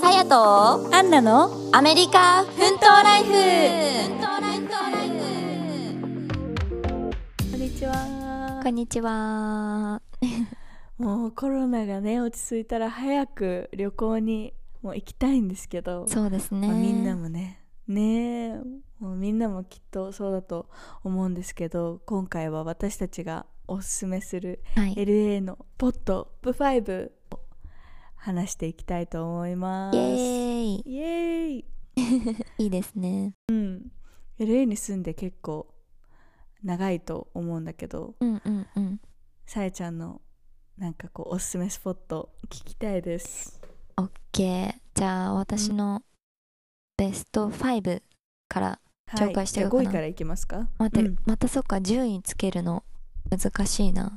さやとアンナのアメリカ奮闘ライフこんにちはこんにちはもうコロナがね落ち着いたら早く旅行にもう行きたいんですけど、そうですね、まあみんなもねねえもうみんなもきっとそうだと思うんですけど今回は私たちがおすすめするはい LA のポットトップ5を話していきたいと思いまイすエーイイエーイいいですねうん LA に住んで結構長いと思うんだけどうんうんうんさえちゃんのなんかこうおすすめスポット聞きたいですオッケーじゃあ私のベスト5からはい紹介してじゃよあうかな5位からいきますか待って、うんまたそっか順位つけるの難しいな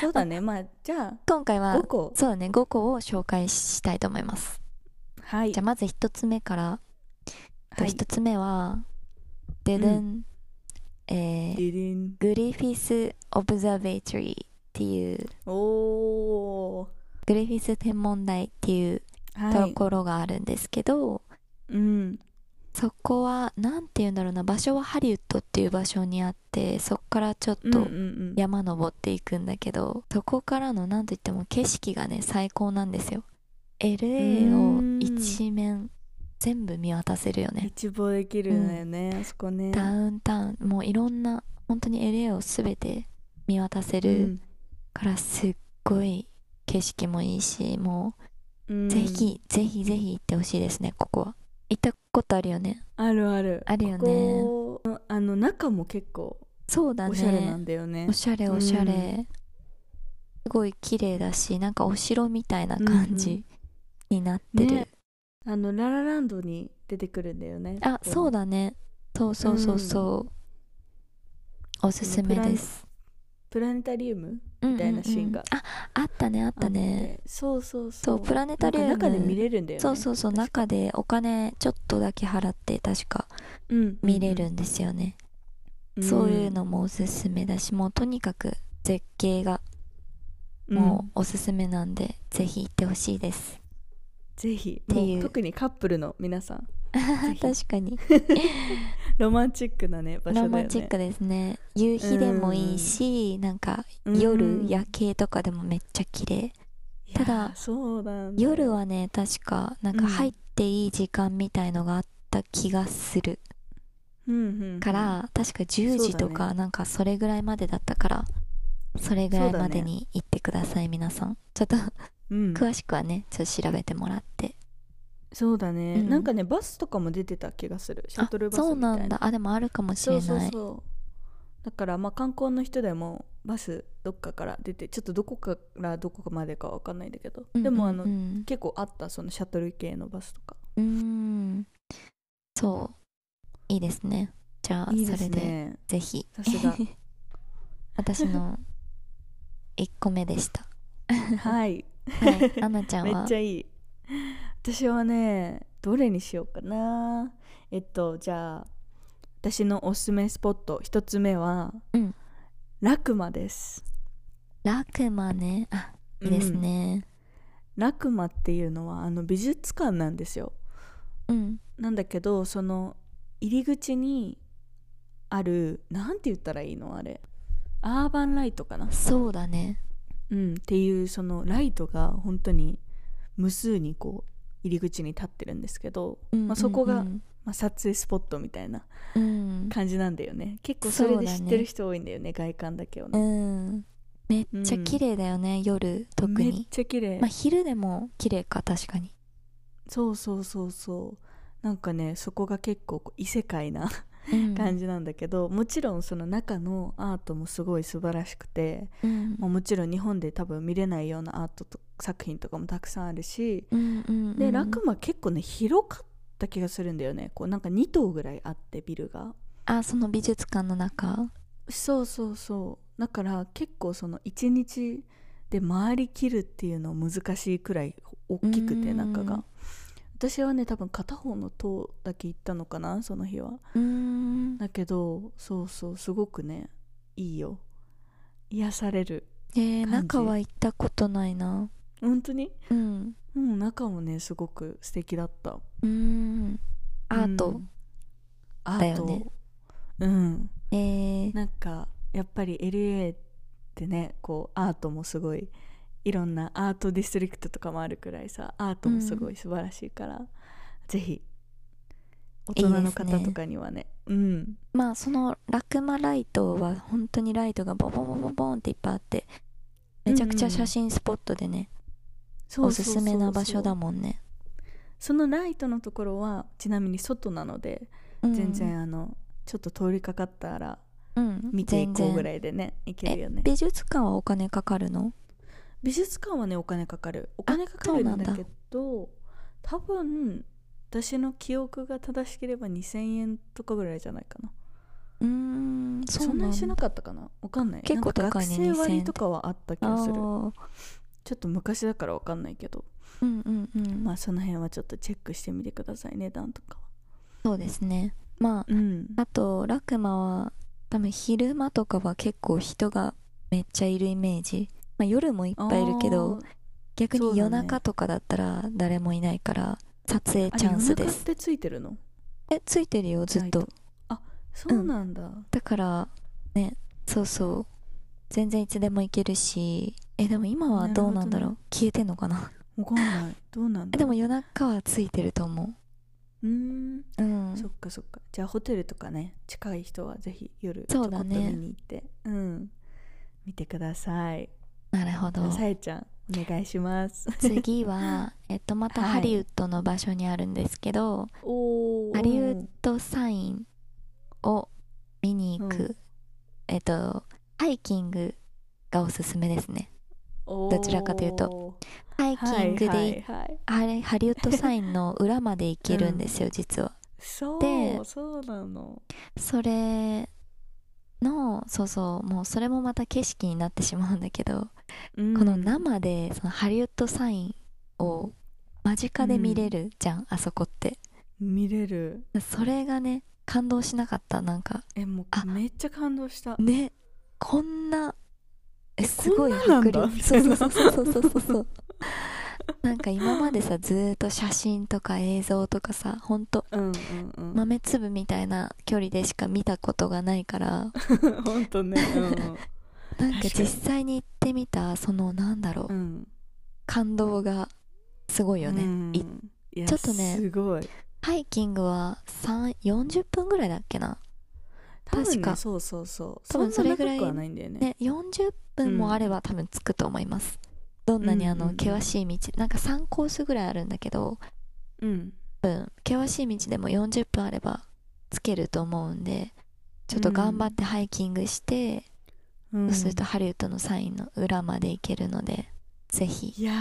そうだねまあじゃ今回あは5個そうだね5個を紹介したいと思いますはいじゃあまず1つ目からとはい一つ目は、ででん、えーリリングリフィス・オブザベイトリーっていうおーグリフィス天文台っていうはといころがあるんですけど、うんそこはなんて言うんだろうな場所はハリウッドっていう場所にあってそこからちょっうんうとんうん山登っていくんだけど、そこからのなんといっても景色がね最高なんですよ LA うをーん一面全部見渡せるよね一望できるんだよね、あそこねダウンタウンもういろんな本当に LA を全て見渡せうるんからすっごい景色もいいしもうんうぜひぜひぜひ行ってほしいですねここは行ったことあるよねあるあるあるよねここあの中も結構そうだねおしゃれなんだよねおしゃれうんおしゃれすごい綺麗だしなんかお城みたいな感うんうじになってる、ねあのララランドに出てくるんだよねあここそうだねそうそうそうそう、おすすめですプラネタリウムみみたいなシーンがああったねあっあたねってそうそうそそううプラネタリウムなんか中で見れるんだよねそうそうそう確か中でお金ちょっとだけ払って確かうんうんうん見れるんですよね、そういうのもおすすめだしもうとにかく絶景がうんもうおすすめなんで、ぜひ行ってほしいです ぜひていうもう特にカップルの皆さんひ確かにロマンチックな ね場所だロよねマンチックですね夕日でもいいし、なんかう夜ん夜景とかでもめっちゃ綺麗いたやだそうなんだよ夜はね確かなんうかん入っていい時間みたいのがあった気がするうんうんから、確か10時とそうだかなんかそれぐらいまでだったからそれぐらいまでに行ってください、皆さんちょっとうん詳しくはねちょっと調べてもらってそうだね、うんなんかねバスとかも出てた気がするシャあトルバスみそたういななんだあでもあるかもしれそないうそうそうだからまあ観光の人でもバスどっかから出てちょっとどこからどこまでかわかんないんだけど、うんでもあうんの、うん結構あったそのシャトル系のバスとかうーんそういいですねじゃあいいでそすれでねぜひさすが私 の1個目でした、 はいはい、アンナちゃんめっはちゃいい私はねどれにしようかなえっとじゃあ私のおすすめスポット一つ目は、うんラクマですラクマねあいいですうんねラクマっていうのはあの美術館なんですようんなんだけどその入り口にあるなんて言ったらいいのあれアーバンライトかな、そうだねうん、っていうそのライトが本当に無数にこう入り口に立ってるんですけど、うんまあ、そこうんうが、んまあ、撮影スポットみたいなうん、感じなんだよね結構それそうでだ知ねってる人多いんだよね外観だけをうね、ん、めっちゃ綺麗だよね、夜特めっに、ちゃ綺麗、まあ、昼でも綺麗か確かにそうそうそうそうなんかねそこが結構こう異世界な感じ、じなんだけど、もちろんその中のアートもすごい素晴らしくて、うんまあ、もちろん日本で多分見れないようなアートと作品とかもたくさんあるしうんうんうん、でラクマ結構ね広かった気がするんだよねこうなんか2棟ぐらいあってビルがあその美術館の中そうそうそうだから結構その1日で回りきるっていうの難しいくらい大きくてうん中が私はね多分片方の塔だけ行ったのかなその日はうーんだけどそうそうすごくねいいよ癒されるえー感じ中は行ったことないなう本当にうんうん中もねすごく素敵だったうーんアーうト、んアだーよねトうんえーなんかやっぱり LA ってねこうアートもすごいいろんなアートディストリクトとかもあるくらいさアートもすごい素晴らしいから、ぜひ大人の方とかにはねうんまあそのラクマライトは本当にライトがボンボンボンボンボンっていっぱいあってめちゃくちゃ写真スポットでね、そうおそうすそうすめな場所だんもんね、そのライトのところはちなみに外なので、うん全然あのちょっと通りかかったらうん見ていこうぐいらいでね行けるよね美術館はお金かかるの美術館はねお金かかるお金かかそるうなんんだだけど多分私の記憶が正しければ2000円とかぐらいじゃないかなうーんそそうなんんなにしだなかったかなわかんない結構なんか高いね学2000生割円とかはあった気あがするーちょっと昔だからわかんないけどうんうんうんまあその辺はちょっとチェックしてみてください値段とかはそうですねまあうんあとラクマは多分昼間とかは結構人がめっちゃいるイメージ、まあ、夜もいっぱいいるけど逆そうだにね夜中とかだったら誰もいないから撮影あーチャンスあれで夜中すってついてるのえついてるよずっラとイトあそうなんだ、だからねそうそう全然いつでも行けるしえでも今はどうなんだろう、なる消えてんのかなわかんないどうなんだえでろうも夜中はついてると思うーんううんそっかそっかじゃあホテルとかね近い人はぜひ夜ちそうょこっとだ見ねに行ってう,、ん見てくださいなるほどさえちゃんお願いします 次はえっとまたはいハリウッドの場所にあるんですけど、おハリウッドサインを見に行く、うんえっとハイキングがおすすめですねドどちらかというとハイキングで、はいはいはい、あれハリウッドサインの裏まで行けるんですよ、実はそうでそうなのそれのそうそうもうそれもまた景色になってしまうんだけど、この生でそのハリウッドサインを間近で見れるじゃん、あそこって見れるそれがね感動しなかったなんかえもあうめっちゃ感動したねこんなえすこごんいななん迫だ力そうそうそうそうそうそうなんか今までさずーっと写真とか映像とかさほんとうんうんうん、 豆粒みたいな距離でしか見たことがないからほんとねなんか確か実に際に行ってみたそのなんだろう、うん、うん、感動がすごいよね、うんいいやちょっとねすごいハイキングは3 40分ぐらいだっけな、多分確ねかそうそうそう多分そんなそれぐらい長くはないんだよねね、40分もあれば多分着くと思います、どんなにあうんうのんうん険しい道なんか3コースぐらいあるんだけどうん多分険しい道でも40分あれば着けると思うんでちょっと頑張ってハイキングして、うんそうするとハリウッドのサインの裏まで行けるのでぜひいや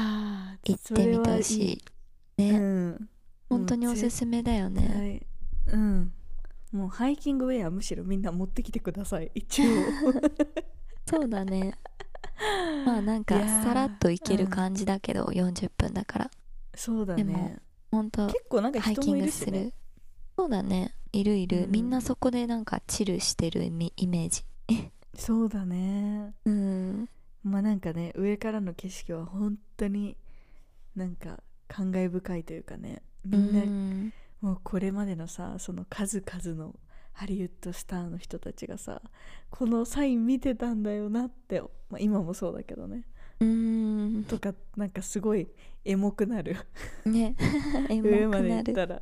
ー行ってみてほしいそれはいね、いうん本当におすすめだよね、はいうんもうハイキングウェアむしろみんな持ってきてください 一応そうだね まあなんかいやーさらっと行ける感じだけど、40分だからそうだでもね本当結構なんかハイ人キもンいグるすしる、ねそうだねいるいる、うんみんなそこでなんかチルしてるイメイメージそうだねうんまあなんかね上からの景色は本当になんか感慨深いというかねみんなうんもうこれまでのさその数々のハリウッドスターの人たちがさこのサイン見てたんだよなって、まあ、今もそうだけどねうんとかなんかすごいエモくなる ねエ上モまくでな行っるたら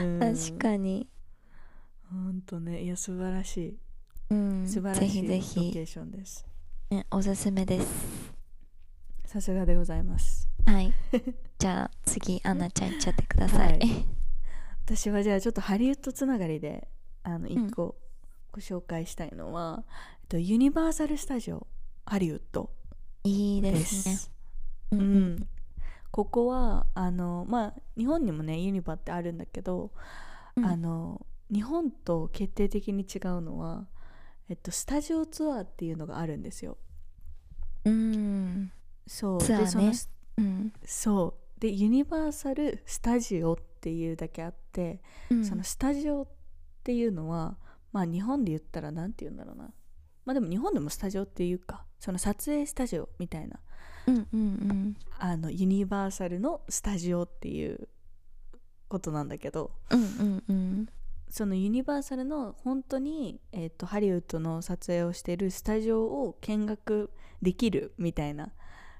うん確かにほんとねいや素晴らしうんい素晴らぜしひいロぜケひ、ーションですね、おすすめですさすがでございます はい。じゃあ次アンナちゃんいっちゃってください。はい私はじゃあちょっとハリウッドつながりであんの一個ご紹介したいのは、えっと、ユニバーサル・スタジオハリウッド いいでですすね。ううんうんん、ここはあのまあ日本にもねユニバってあるんだけど、うんあの日本と決定的に違うのは、えっと、スタジオツアーっていうのがあるんですよ。うん。そうツアーねでそのスうん。そうでユニバーサル・スタジオっていうだけあって、うんそのスタジオっていうのはまあ日本で言ったら何て言うんだろうなまあでも日本でもスタジオっていうかその撮影スタジオみたいなうんうんあのユニバーサルのスタジオっていうことなんだけどうんうんうんうんそのユニバーサルの本当に、えっとハリウッドの撮影をしているスタジオを見学できるみたいな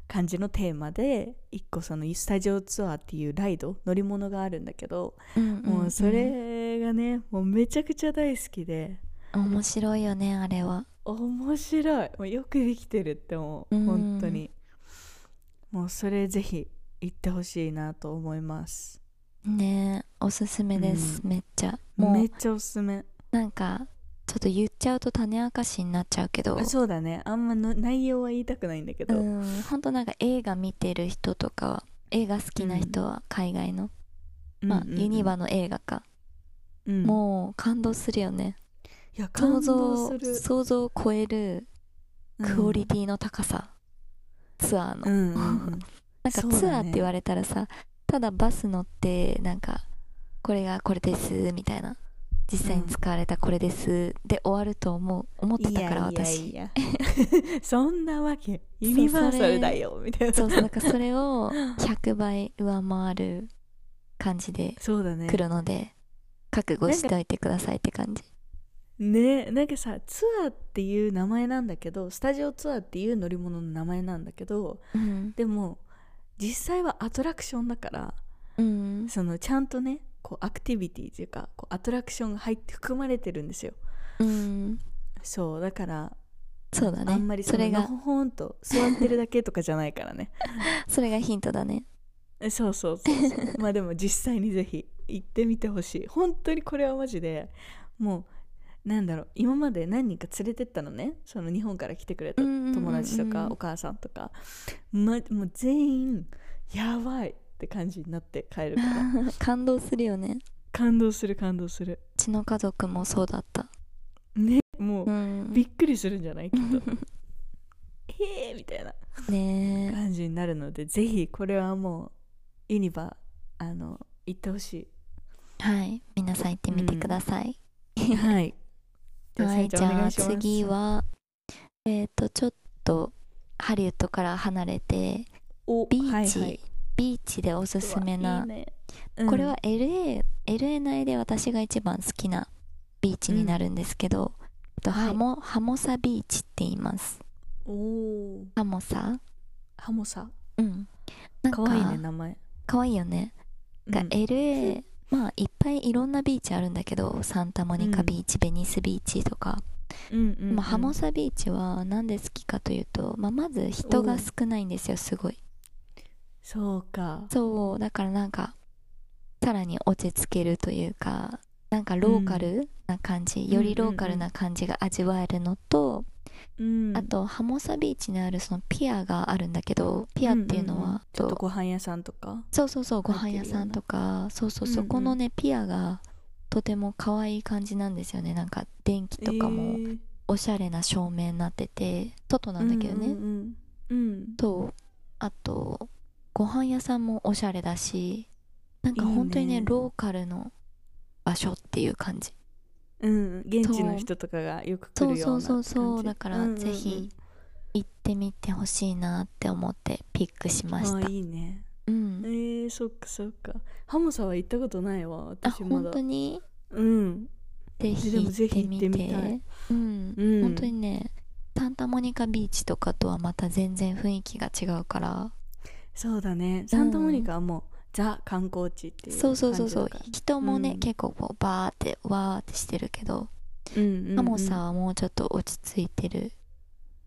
感じのテーマで一個そのスタジオツアーっていうライド乗り物があるんだけど、うんうんもうそれがねもうめちゃくちゃ大好きで面白いよねあれは面白いもうよくできてるって思う、うん本当にもうそれぜひ行ってほしいなと思いますねえおすすめです、めっちゃもめうっちゃおすすめなんかちょっと言っちゃうと種明かしになっちゃうけどあそうだねあんまの内容は言いたくないんだけど、うん本当なんか映画見てる人とかは映画好きな人は海外の、まあ、ユニバの映画か、うんもう感動するよねいや想感像動する想像を超えるクオリティの高さ、ツアーの、うんうんうんうんなんかそうだねツアーって言われたらさ、ただバス乗ってなんかこれがこれですみたいな実際に使われたこれですで終わると思う思っていたやからいや私いや そんなわけユニバーサルだよみたいなそうそうなんかそれを100倍上回る感じでそうだね来るので覚悟しておいてくださいって感じねなんかさツアーっていう名前なんだけどスタジオツアーっていう乗り物の名前なんだけどうんでも実際はアトラクションだからうんそのちゃんとねこうアクティビティっていうかこうアトラクションが入って含まれてるんですようんそうだからそうだねあんまりそそれのがほほんと座ってるだけとかじゃないからね それがヒントだねえそうそうそうそうまあでも実際にぜひ行ってみてほしい本当にこれはマジでもうなんだろう今まで何人か連れてったのねその日本から来てくれたうんうんうんうん友達とかお母さんとか、ま、もう全員やばいって感じになって帰るから 感動するよね感動する感動するうちの家族もそうだったねもう、うんびっくりするんじゃないきっ とへえみたいなね感じになるのでぜひこれはもうユニバあの行ってほしえはい皆さん行ってみてください、いはいではさえいちじんゃお願あいします次はえっ、とちょっとハリウッドから離れておビーチ、はいはいビーチでおすすめなうわいいねうんこれは LA, LA 内で私が一番好きなビーチになるんですけど、えっとはいハモハモサビーチって言いますおおハモサハモさうんなんかかわいいね名前かわいいよね、うんが LA まあいっぱいいろんなビーチあるんだけどサンタモニカビーチ、ベニスビーチとか、うんうんうんまあ、ハモサビーチはなんで好きかというと、まあ、まず人が少ないんですよすごいそうかそうだからなんかさらに落ち着けるというかなんかローカルな感じ、よりローカルな感じが味わえるのと、うんあとハモサビーチにあるそのピアがあるんだけどピアっていうのは、んんんちょっととご飯屋さんとかそうそうそうご入って飯るよう屋なさんとかそうそううんうそんこのね、ピアがとても可愛い感じなんですよねなんか電気とかえもーおしゃれな照明になってて外なんだけどね、うんうんうんとあとご飯屋さんもおしゃれだしなんか本当にねいいねローカルの場所っていう感じうん現地の人とかがよく来るようなそうそうそうそう感じだからうんうんうんぜひ行ってみてほしいなって思ってピックしましたあいいねうんえー、そっかそっかハモさんは行ったことないわあ私ま本だ当にうんぜひでも行ぜっひて行みっててみたいうん、うん本当にねサンタモニカビーチとかとはまた全然雰囲気が違うからそうだねサンタモニカはもう、ザ観光地っていうそう感じそだうからそうそう人もね、うん結構こうバーってわーってしてるけどうんうんうんハモさんはもうちょっと落ち着いてる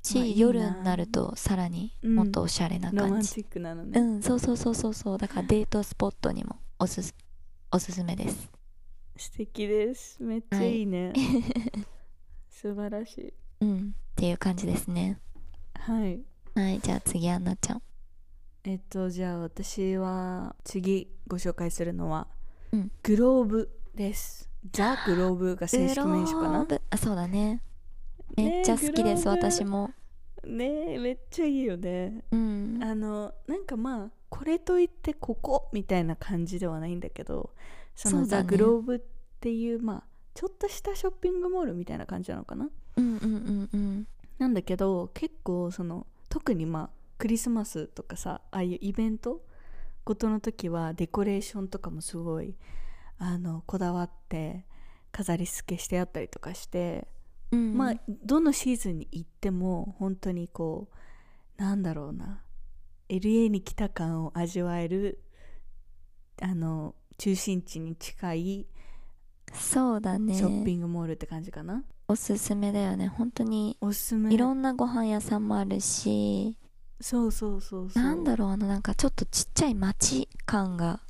し、まあいいな夜になるとさらにもっとおしゃれなロマ感ンじチックなのうね、ん、そうそうそうそうそうだからデートスポットにもおすすおすすめ です素敵ですめっちゃいいね、素晴らしいうんっていう感じですねはいはいじゃあ次アンナちゃんえっとじゃあ私は次ご紹介するのは、うんグローブですザ・グローブが正式名称かなグローブあそうだねねめっちゃ好きです、グローブ私もねえめっちゃいいよねうんあのなんかまあこれといってここみたいな感じではないんだけどそそのうだザ・ねグローブっていうまあちょっとしたショッピングモールみたいな感じなのかなうんうんうんうんなんだけど結構その特にまあクリスマスとかさああいうイベントごとの時はデコレーションとかもすごいあのこだわって飾り付けしてあったりとかして、うんまあどのシーズンに行っても本当にこうなんだろうな LA に来た感を味わえるあの中心地に近いそうだねショッピングモールって感じかな、おすすめだよね本当におすすめいろんなご飯屋さんもあるしそうそうそうそうなんだろうあのなんかちょっとちっちゃい街感が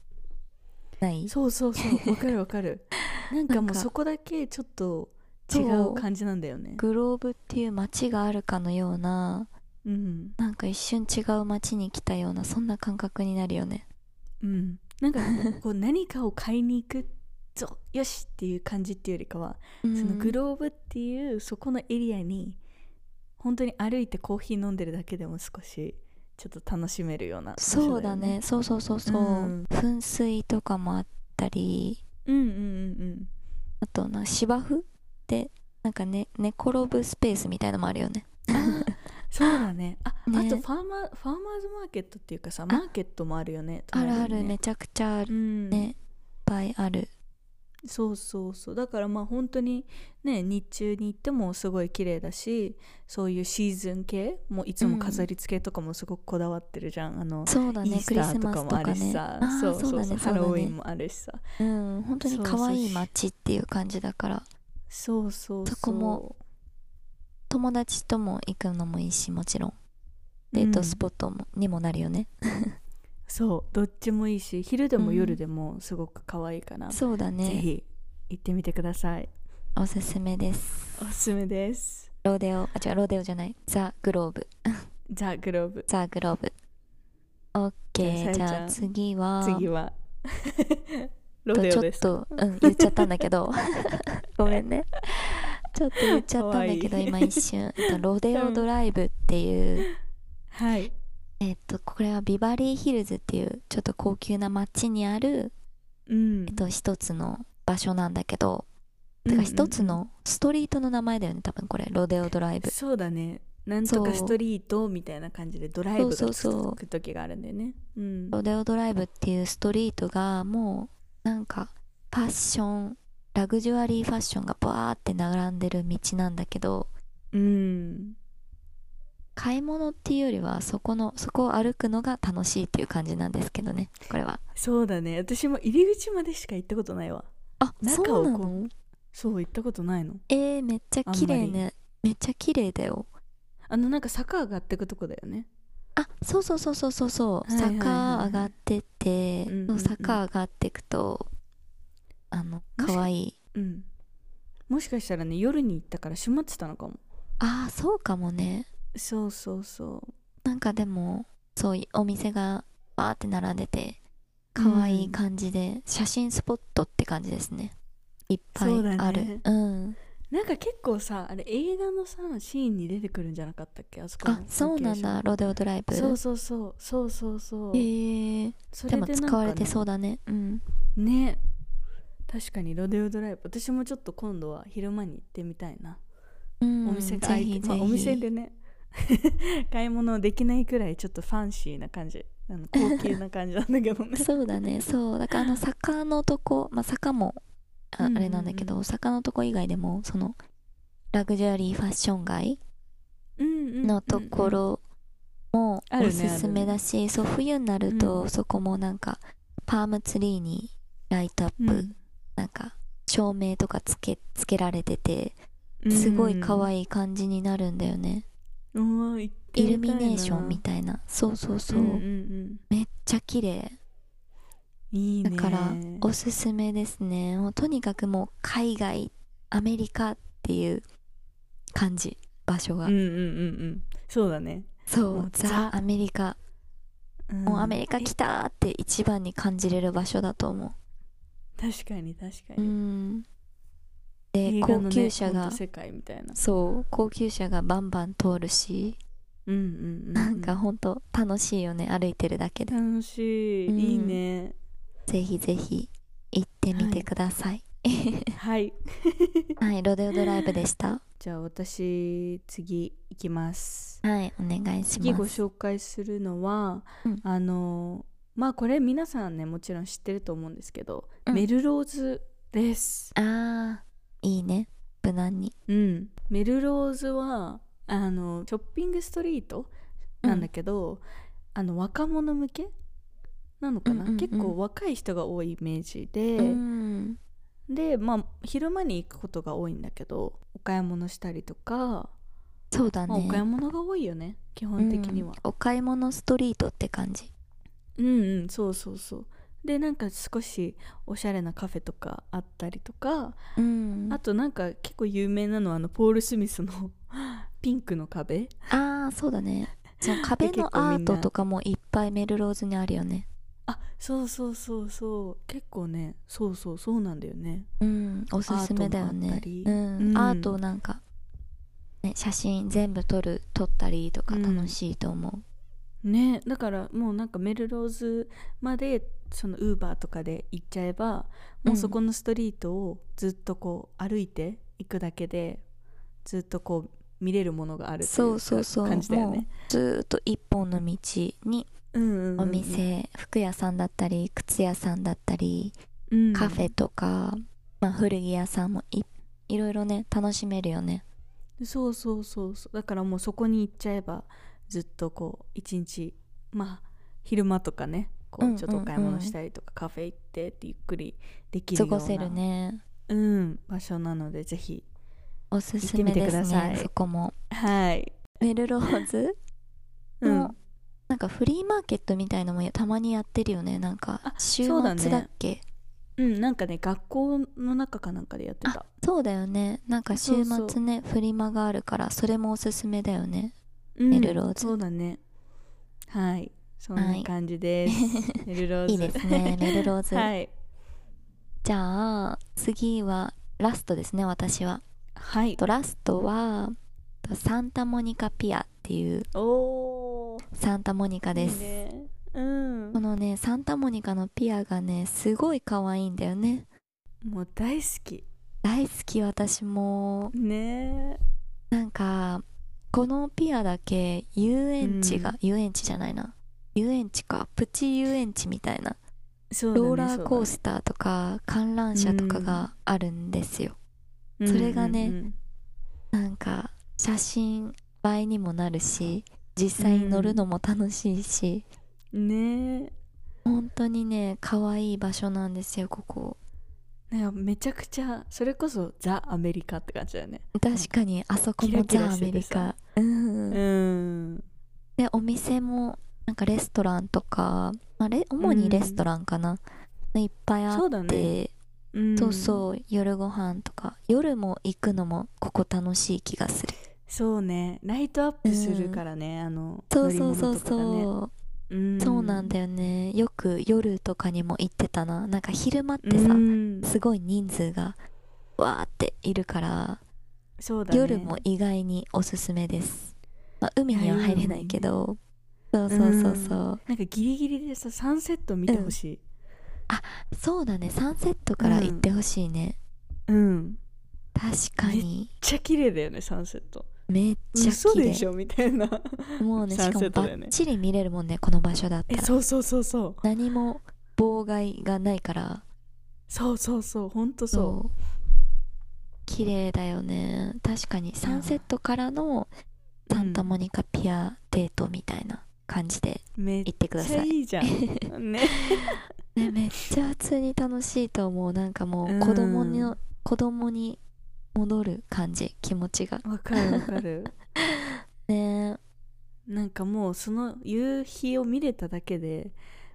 ないそうそうそうわかるわかるなんかも なんうかそこだけちょっと違そうう感じなんだよねグローブっていう街があるかのようなうんなんか一瞬違う街に来たようなそんな感覚になるよねうんなんかこう何かを買いに行くぞよしっていう感じっていうよりかは、うんそのグローブっていうそこのエリアに本当に歩いてコーヒー飲んでるだけでも少しちょっと楽しめるような場所そうだよねそうそうそうそう、うん噴水とかもあったりうんうんうんあとな芝生ってなんかね寝転ぶスペースみたいのもあるよねそうだねあ ねあとファーマーファーマーズマーケットっていうかさマーケットもあるよねあるあ隣るにめちゃくちゃあるうんねいっぱいあるそうそうそうだからまあ本当にね日中に行ってもすごい綺麗だしそういうシーズン系もういつも飾り付けとかもすごくこだわってるじゃん、あのそうだイーねスクリタスーとマかスともあかるしねさ、あそーうそうそうだそねうハそうだロウィねンもあるしさうん本当に可愛い街っていう感じだからそうそううそこも友達とも行くのもいいしもちろんデートスット、ポットも、にもなるよねそうどっちもいいし昼でうもん夜でもすごく可愛いから、そうだぜねひ行ってみてくださいおすすめですおすすめですロデオあ違うロデオじゃないザ・グローブ ザ・グローブザ・グローブオッケーじゃあさじやちゃゃんあ次は 次はロとデオちょでっすと、うん、言っちゃったんだけど ごめんねちょっと言っちゃったんだけかどわいい今一瞬えっとロデオドライブっていう、はいえっとこれはビバリーヒルズっていうちょっと高級な街にある、うんえっと、一つの場所なんだけどだから一つのストリートの名前だよね多分これロデオドライブそうだねなんとかそうストリートみたいな感じでドライブがそうつそうそうく時があるんだよねうんロデオドライブっていうストリートがもうなんかファッションラグジュアリーファッションがバーって並んでる道なんだけどうん買い物っていうよりはそこのそこを歩くのが楽しいっていう感じなんですけどねこれはそうだね私も入り口までしか行ったことないわあ中そをこううなのそう行ったことないのえー、めっちゃ綺麗ねめっちゃ綺麗だよあのなんか坂上がってくとこだよねあそうそうそうそうそうそう、はいはいはい坂上がってて、うんうんうんそう坂上がってくとあのもし可愛いいうんもしかしたらね夜に行ったから閉まってたのかもああそうかもねそうそうそうなんかでもそういうお店がバーって並んでて可愛い感じで、写真スポットって感じですねいっぱいそうだねあるうんなんか結構さあれ映画のさシーンに出てくるんじゃなかったっけあそこのあそうなんだロロデオドライブそうそうそうそうそうそうへーそでれもでなん使かわねれてそうだねうんね確かにロデオドライブ私もちょっと今度は昼間に行ってみたいな、うんお店が開いぜひてぜひ、まあ、お店でね 買い物できないくらいちょっとファンシーな感じあの高級な感じなんだけど ねそうだねそうだからあ の坂のとこまあ坂もあうんうんうんあれなんだけど、坂のとこ以外でもそのラグジュアリーファッション街うんうんのところもあるねおすすめだし、そう冬になるうとそこもなんかパームツリーにライトアップ、うんなんか照明とかつけつけられててうんすごい可い愛い感じになるんだよね、い、うわ行ってイルみミたいなネーションみたいなそうそうそう、うんうんめっちゃ綺麗うん、いいだねからおすすめですねもうとにかくもう海外アメリカっていう感じ場所が、うんうんうんうんそうだね、そもううザ・ザアメリカ、うんもうアメリカ来たーって一番に感じれる場所だと思確かに確かううに、んで、映画の高ね級車ほんがと世界みたいなそう高級車がバンバン通るし、うんうんうん、うん、なんかほんと楽しいよね歩いてるだけで楽しい、うんいいねぜひぜひ行ってみてくださいはいはい、ロデオドライブでした。じゃあ私次行きますはいお願いし次ごます紹介するのは、うんあのまあこれ皆さんねもちろん知ってると思うんですけど、うんメルローズです。あーいいね無難にうん、メルローズはあのショッピングストリートなんだけど、あの若者向けなのかな、うんうんうん結構若い人が多いイメージで、うんでまあ昼間に行くことが多いんだけどお買い物したりとか、そうだまあ、ねお買い物が多いよね基本的にはうん、お買い物ストリートって感じうんうんそうそうそうでなんか少しおしゃれなカフェとかあったりとか、うんあとなんか結構有名なのはあのポール・スミスの ピンクの壁ああそうだね その壁結の構アみんーなトとかもいっぱいメルローズにあるよねあそうそうそうそう結構ねそうそうそうなんだよねうんおすすめだよアートもあっねたりうん、うんアートをなんか、ね、写真全部撮る撮ったりとか楽しいと思うねだからもうなんかメルローズまでそのウーバーとかで行っちゃえばもうそこのストリートをずっとこう歩いていくだけでずっとこう見れるものがあるといそううそうそうか感じだよねもうずーっと一本の道にうんうんうんお店、服屋さんだったり靴屋さんだったりうんカフェとか、まあ、古着屋さんもいいろいろね楽しめるよねそうそうそうそうだからもうそこに行っちゃえばずっとこう一日まあ昼間とかねこうんううんちょっとお買い物したりとか、カフェ行ってってゆっくりできる過ようなごせるねうん、場所なのでぜひおすすめ行ってでみてくすださねいそこもはい、メルローズうんもなんかフリーマーケットみたいのもたまにやってるよねなんかあ週そうだ末ねだっけうん、なんかね学校の中かなんかでやってたそうだよねなんか週そうそ末ねフリマがあるからそれもおすすめだよねメルローズそうだねはいそんな感じです、メルローズいいですねメルローズ、はいじゃあ次はラストですね私ははいとラストはとサンタモニカピアっていうおーサンタモニカですいいねうんこのねサンタモニカのピアがねすごい可愛いんだよねもう大好き大好き私もねなんかこのピアだけ遊園地が、うん遊園地じゃないな遊園地かプチ遊園地みたいな、えそうだねローラーコースターとか観覧車とかがあるんですよ、そうだねそれがねうんうんうんなんか写真映えにもなるし実際に乗るのも楽しいし、ね本当にね可愛い場所なんですよここえなんかめちゃくちゃそれこそザ・アメリカって感じだよね確かにあそこもキラキザ・ラアしてメてリさカうんうんでお店もなんかレストランとか、まあ、レ主にレストランかな、いっぱいあそうっだてねうんそうそう夜ご飯とか夜も行くのもここ楽しい気がするそうねライトアップするからね、あのそうそうそう乗り物とかがねそう、うんそうなんだよねよく夜とかにも行ってたななんか昼間ってさ、うんすごい人数がわーっているから、そうだね夜も意外におすすめです、まあ、海にはいや入れないけどそうそうそうそう、なんかギリギリでさサンセット見てほしいそうだねサンセットから行ってほしいね、うん、確かにめっちゃ綺麗だよねサンセットめっちゃ嘘綺でし麗ょみたいなもうねサしンかセもットバだよねッチリ見れるもんねこの場所だったえらそうそうそうそう何も妨害がないからそうそうそうほんとそうそう綺麗だよね確かにサンセットからのサンタモニカピアデートみたいな感じでめっ行ってくだちさゃい、いいじゃ んねね、めっちゃ普通に楽しいと思うなんかもう子供の、うん子供に戻る感じ気持ちがわかるわかるねなんかもうその夕日を見れただけで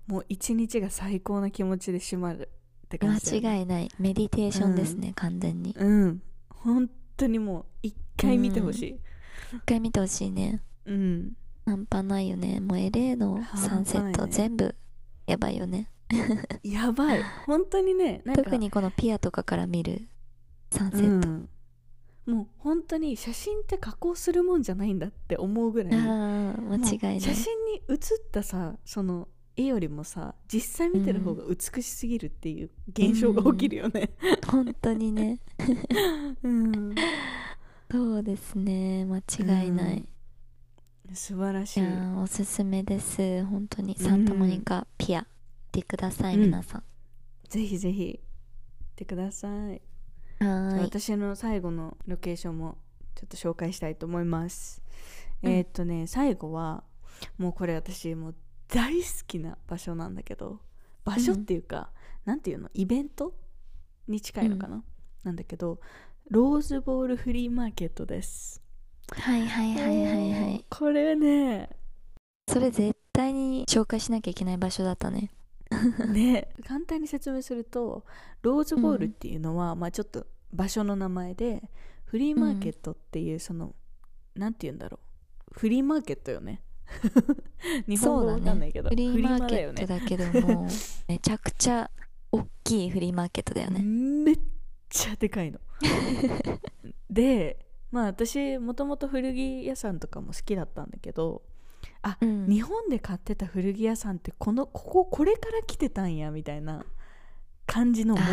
もう一日が最高な気持ちで締まるって感間じだ違よねいないメディテーションですね、完全にうん本当にもう一回見てほしい一回見てほしいねうん、半端ないよねもう LA のサンセット半端ないね全部やばいよねやばい本当にねなんか特にこのピアとかから見るサンセうット、んもう本当に写真って加工するもんじゃないんだって思うぐらいああ間違もういな写い真に写ったさその絵よりもさ実際見てる方が美しすぎるっていう現象が起きるよね本当にねうん、そうですね間違いない、うん素晴らしいいやーおすすめです本当にうんサンタモニカピア行ってください、うん皆さぜひぜひ行ってくださいんはーい私の最後のロケーションもちょっと紹介したいと思います、うんえーっとね最後はもうこれ私もう大好きな場所なんだけど場所っていうか、なんていうのイベントに近いのかな、なんだけどローズボールフリーマーケットですはいはいはいはいはいこれねそれ絶対に紹介しなきゃいけない場所だったね ね簡単に説明するとローズボールっていうのは、まあちょっと場所の名前でフリーマーケットっていうその、なんて言うんだろうフリーマーケットよ ね日本語わかんないけど、フリーマーケッフリトマだけど も、めちゃくちゃ大きいフリーマーケットだよだよねねめっちゃでか いのでまあ私もともと古着屋さんとかも好きだったんだけどうん日本で買ってた古着屋さんってこのこここれから来てたんやみたいな感じの元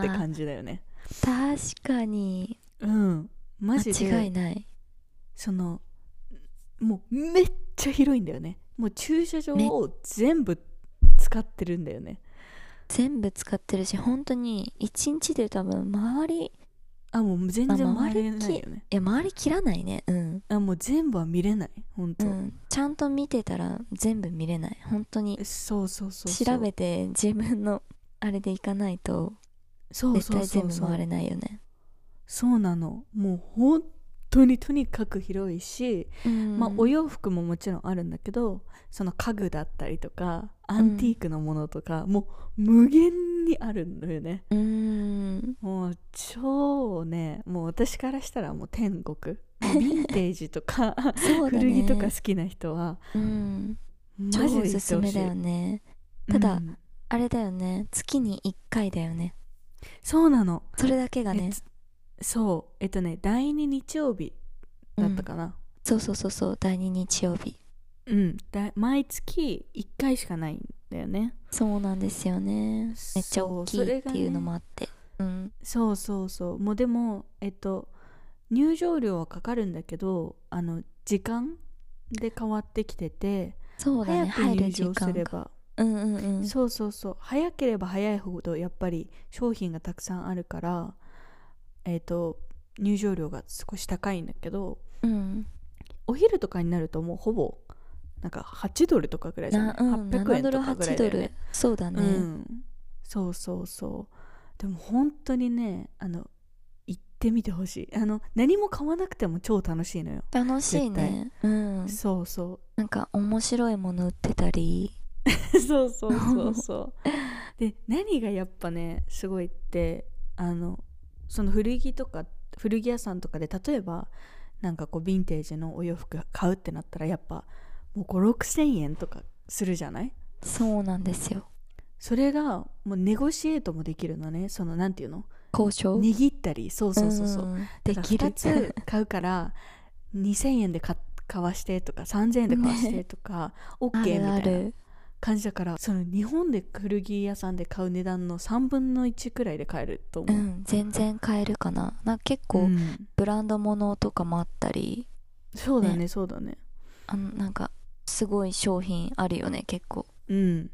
って感じだよね確かにうんマジで間違いないそのもうめっちゃ広いんだよねもう駐車場めを全部使ってるんだよね全部使ってるし本当に一日で多分回りいあもう全ま然あ回れないよねや回りきらないねうん、あもう全部は見れない本う当、ん、ちゃんと見てたら全部見れない本当にそうそうそうそう調べて自分のあれでいかないとそう絶そう対そ全う部そう回れないよねそうなのもう本当にとにかく広いし、うんまあ、お洋服ももちろんあるんだけどその家具だったりとかアンティークのものとか、もう無限にあるのよねうんもう超ねもう私からしたらもう 天国ヴィンテージとか、そうだね古着とか好きな人はうん超マジおで行すってすほめしいだよねただうんあれだよね月に1回だよねそうなのそれだけがえねっとそうえっとね第2日曜日だったかなそうそうそうそう第2日曜日うん、だ毎月1回しかないんだよねそうなんですよねめっちゃ大きそうそいれっがてねいうのもあってうんそうそうそうもうでもえっと入場料はかかるんだけどあの時間で変わってきてて、そうだね早く入る入時場す間れがばうんうんうんそうそうそう早ければ早いほどやっぱり商品がたくさんあるからえっ、と入場料が少し高いんだけどうんお昼とかになるともうほぼなんか8ドルとかぐらいじゃな、ないうん800 7円ドルとかぐら8いだドよルねそうだねうんそうそうそうでも本当にねあの行ってみてほしいあの何も買わなくても超楽しいのよ、楽しいねうんそうそなんか面白いもの売ってたり うそうそうそうそう で何がやっぱねすごいってあのその古着とか古着屋さんとかで例えばなんかこうヴィンテージのお洋服買うってなったらやっぱもう5 6千円とかするじゃないそうなんですよそれがもうネゴシエートもできるのねそのなんていうの交渉握ったりそうそうそうそう、んでできる2つ買うから2000円で買買わしてとか3000円で買わしてとか OK あみるあたいなる感じだからその日本で古着屋さんで買う値段の3分の1くらいで買えるとう思う、ん全然買えるかななんか結構、うんブランドものとかもあったりそうだねそうだねあのなんかすごい商品あるよね結構うん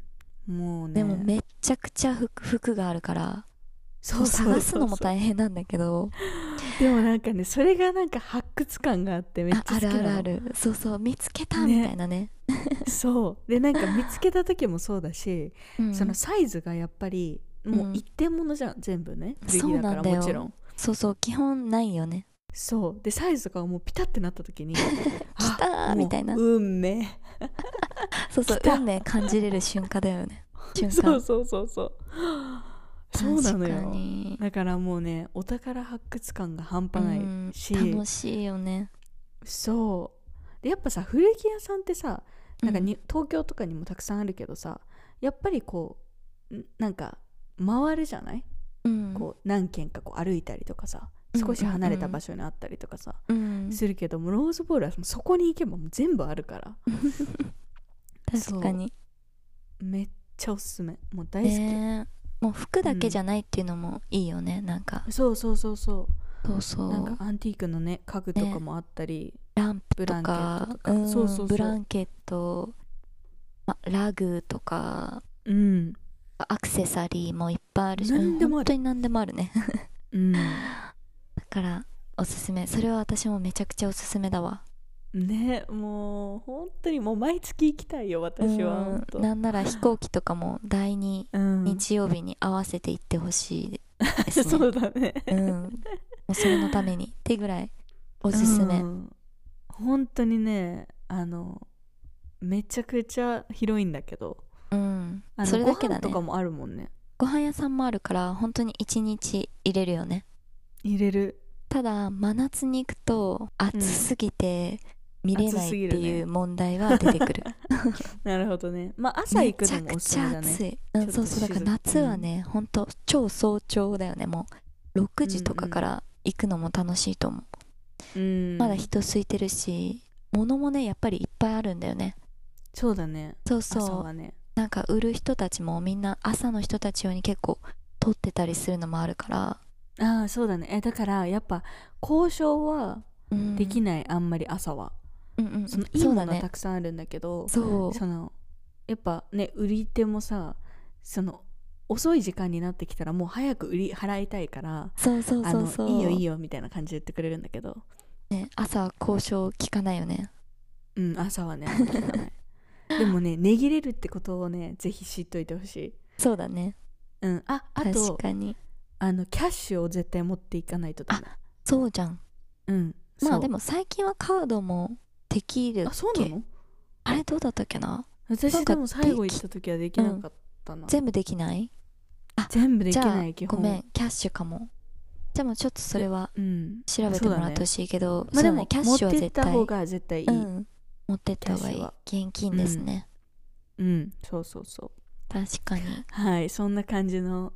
もうねでもめっちゃくちゃ服服があるからそうそうそう探すのも大変なんだけどでもなんかねそれがなんか発掘感があってめっちゃあ好あきるなあのるあるそうそう見つけたねみたいなねそうでなんか見つけた時もそうだし うんそのサイズがやっぱりもう一点物じゃん、全部ね古着だかそうらなんだよもちろんそうそう基本ないよねそうでサイズとかがもうピタってなっ た時に来たーみたいな運命そうそう来た運命感じれる瞬間だよね瞬そう間そうそうそう そうな確のかよにだからもうねお宝発掘感が半端うんないし、楽しいよねそうでやっぱさ古着屋さんってさなんかに、東京とかにもたくさんあるけどさやっぱりこうんなんか回るじゃない、うんこう何軒かこう歩いたりとかさうん少し離れた場所にあったりとかさ、うんするけどもローズボールはもうそこに行けばもう全部あるから確かにめっちゃおすすめもう大好き、ねもう服だけじゃないっていうのもいいよねなんかそうそうそうそそうそううなんかアンティークのね家具とかもあったり、ランプとブラかンケットとかんそうそうそうブランケット、ま、ラグとかうんアクセサリーもいっぱいあるし何でもあ本る当に何でもあるね うんだからおすすめそれは私もめちゃくちゃおすすめだわねもう本当にもう毎月行きたいよ私はうん本当なんなら飛行機とかも第2うん日曜日に合わせて行ってほしいですね そうだねうん、もうそれのためにってぐらいおすすめ、うん本当にねあのめちゃくちゃ広いんだけどうんあのそれだけだご飯とねかもあるもんねご飯屋さんもあるから本当に1日入れるよね入れるただ真夏に行くと暑すぎて見れないって暑すぎるいねう問題は出てくるなるほどねまあ朝行くのもおすすめだめちゃくねちゃ暑い、うん、ちそょっとうそうだから静か夏はね本当超早朝だよねもう6時とかから行くのも楽しいと思う、うんまだ人空いてるし物もねやっぱりいっぱいあるんだよねそうだねそう朝そうはねなんか売る人たちもみんな朝の人たち用に結構取ってたりするのもあるから、ああそうだねえだからやっぱ交渉はうん、できない、ない、あんまり朝はうんうんうん、そのいいものそうだはねたくさんあるんだけどそうそのやっぱね売り手もさその遅い時間になってきたらもう早く売り払いたいからそうそうそうそうあのいいよいいよみたいな感じで言ってくれるんだけど、ね、朝交渉聞かないよねうん、朝はねあんま聞かない でもね値切れるってことをねぜひ知っといてほしい、そうだねうん、ああ確とかにあのキャッシュを絶対持っていかないとダメそうじゃんうんまそあうでも最近はカードもできるあそうなのあれどうだったっけななん私かでも最後行った時はできなかったな、全部できない全部できじゃないあ基ご本めんキャッシュかもじゃあもうちょっとそれはうん調べてもらってほしいけど、まそあでうねもキャッ持っシュはてっ絶た対方が絶対いい、うん、持ってった方がいキいャッ現金ですね、うん、そうそうそう。確かにはい、そんな感じの、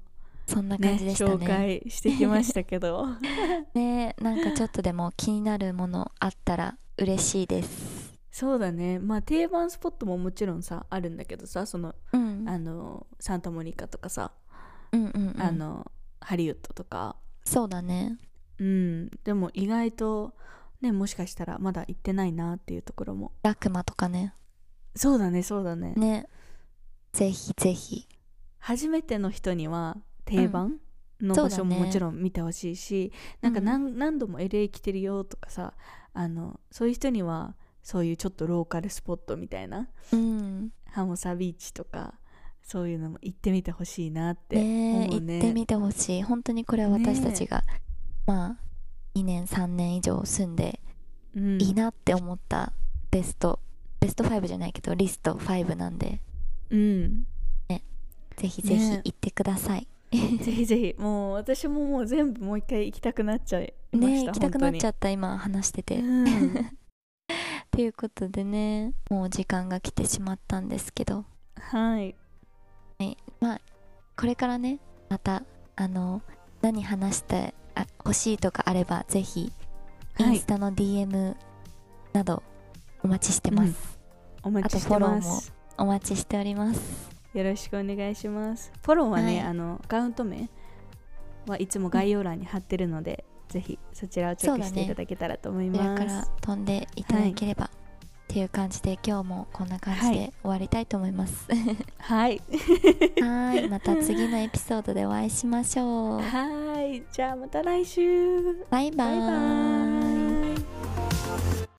そんなね感じでした紹ね介してきましたけど、 ねなんかちょっとでも気になるものあったら嬉しいですそうだね。まあ定番スポットももちろんさあるんだけどさ、そのうんあのサンタモニカとかさ、うんうんうんあのハリウッドとか、そうだねうん、でも意外とねもしかしたらまだ行ってないなっていうところも。ラクマとかねそうだね、そうだね。ねぜひぜひ初めての人には定番のそう場だ所ねももちろん見てほしいし、なんか何,、何度も LA 来てるよとかさあのそういう人にはそういうちょっとローカルスポットみたいなうんハモサビーチとかそういうのも行ってみてほしいなってね思行うねってみてほしい本当にこれは私たちが、まあ2年3年以上住んでうんいいなって思ったベストベスト5じゃないけどリスト5なんでうんぜひぜひね行ってくださいぜひぜひもう私ももう全部もう一回行きたくなっちゃいましたね行きたくなっちゃっった今話しててということでねもう時間が来てしまったんですけど はいこれからねまたあの何話してあ欲しいとかあればぜひイはンいスタの DM などお待ちしてます、お待ちしあてとフォロまーもすお待ちしておりますよろしくお願いします。フォローはね、はいあのアカウント名はいつも概要欄に貼ってるので、ぜひそちらをチェックそうしだてねいただけたらと思いこちらまかす。ら飛んでいただければ、っていう感じで今日もこんな感じはいで終わりたいと思い ます。はい。はーい、また次のエピソードでお会いしましょう。はい。じゃあまた来週。バイババイバーイ。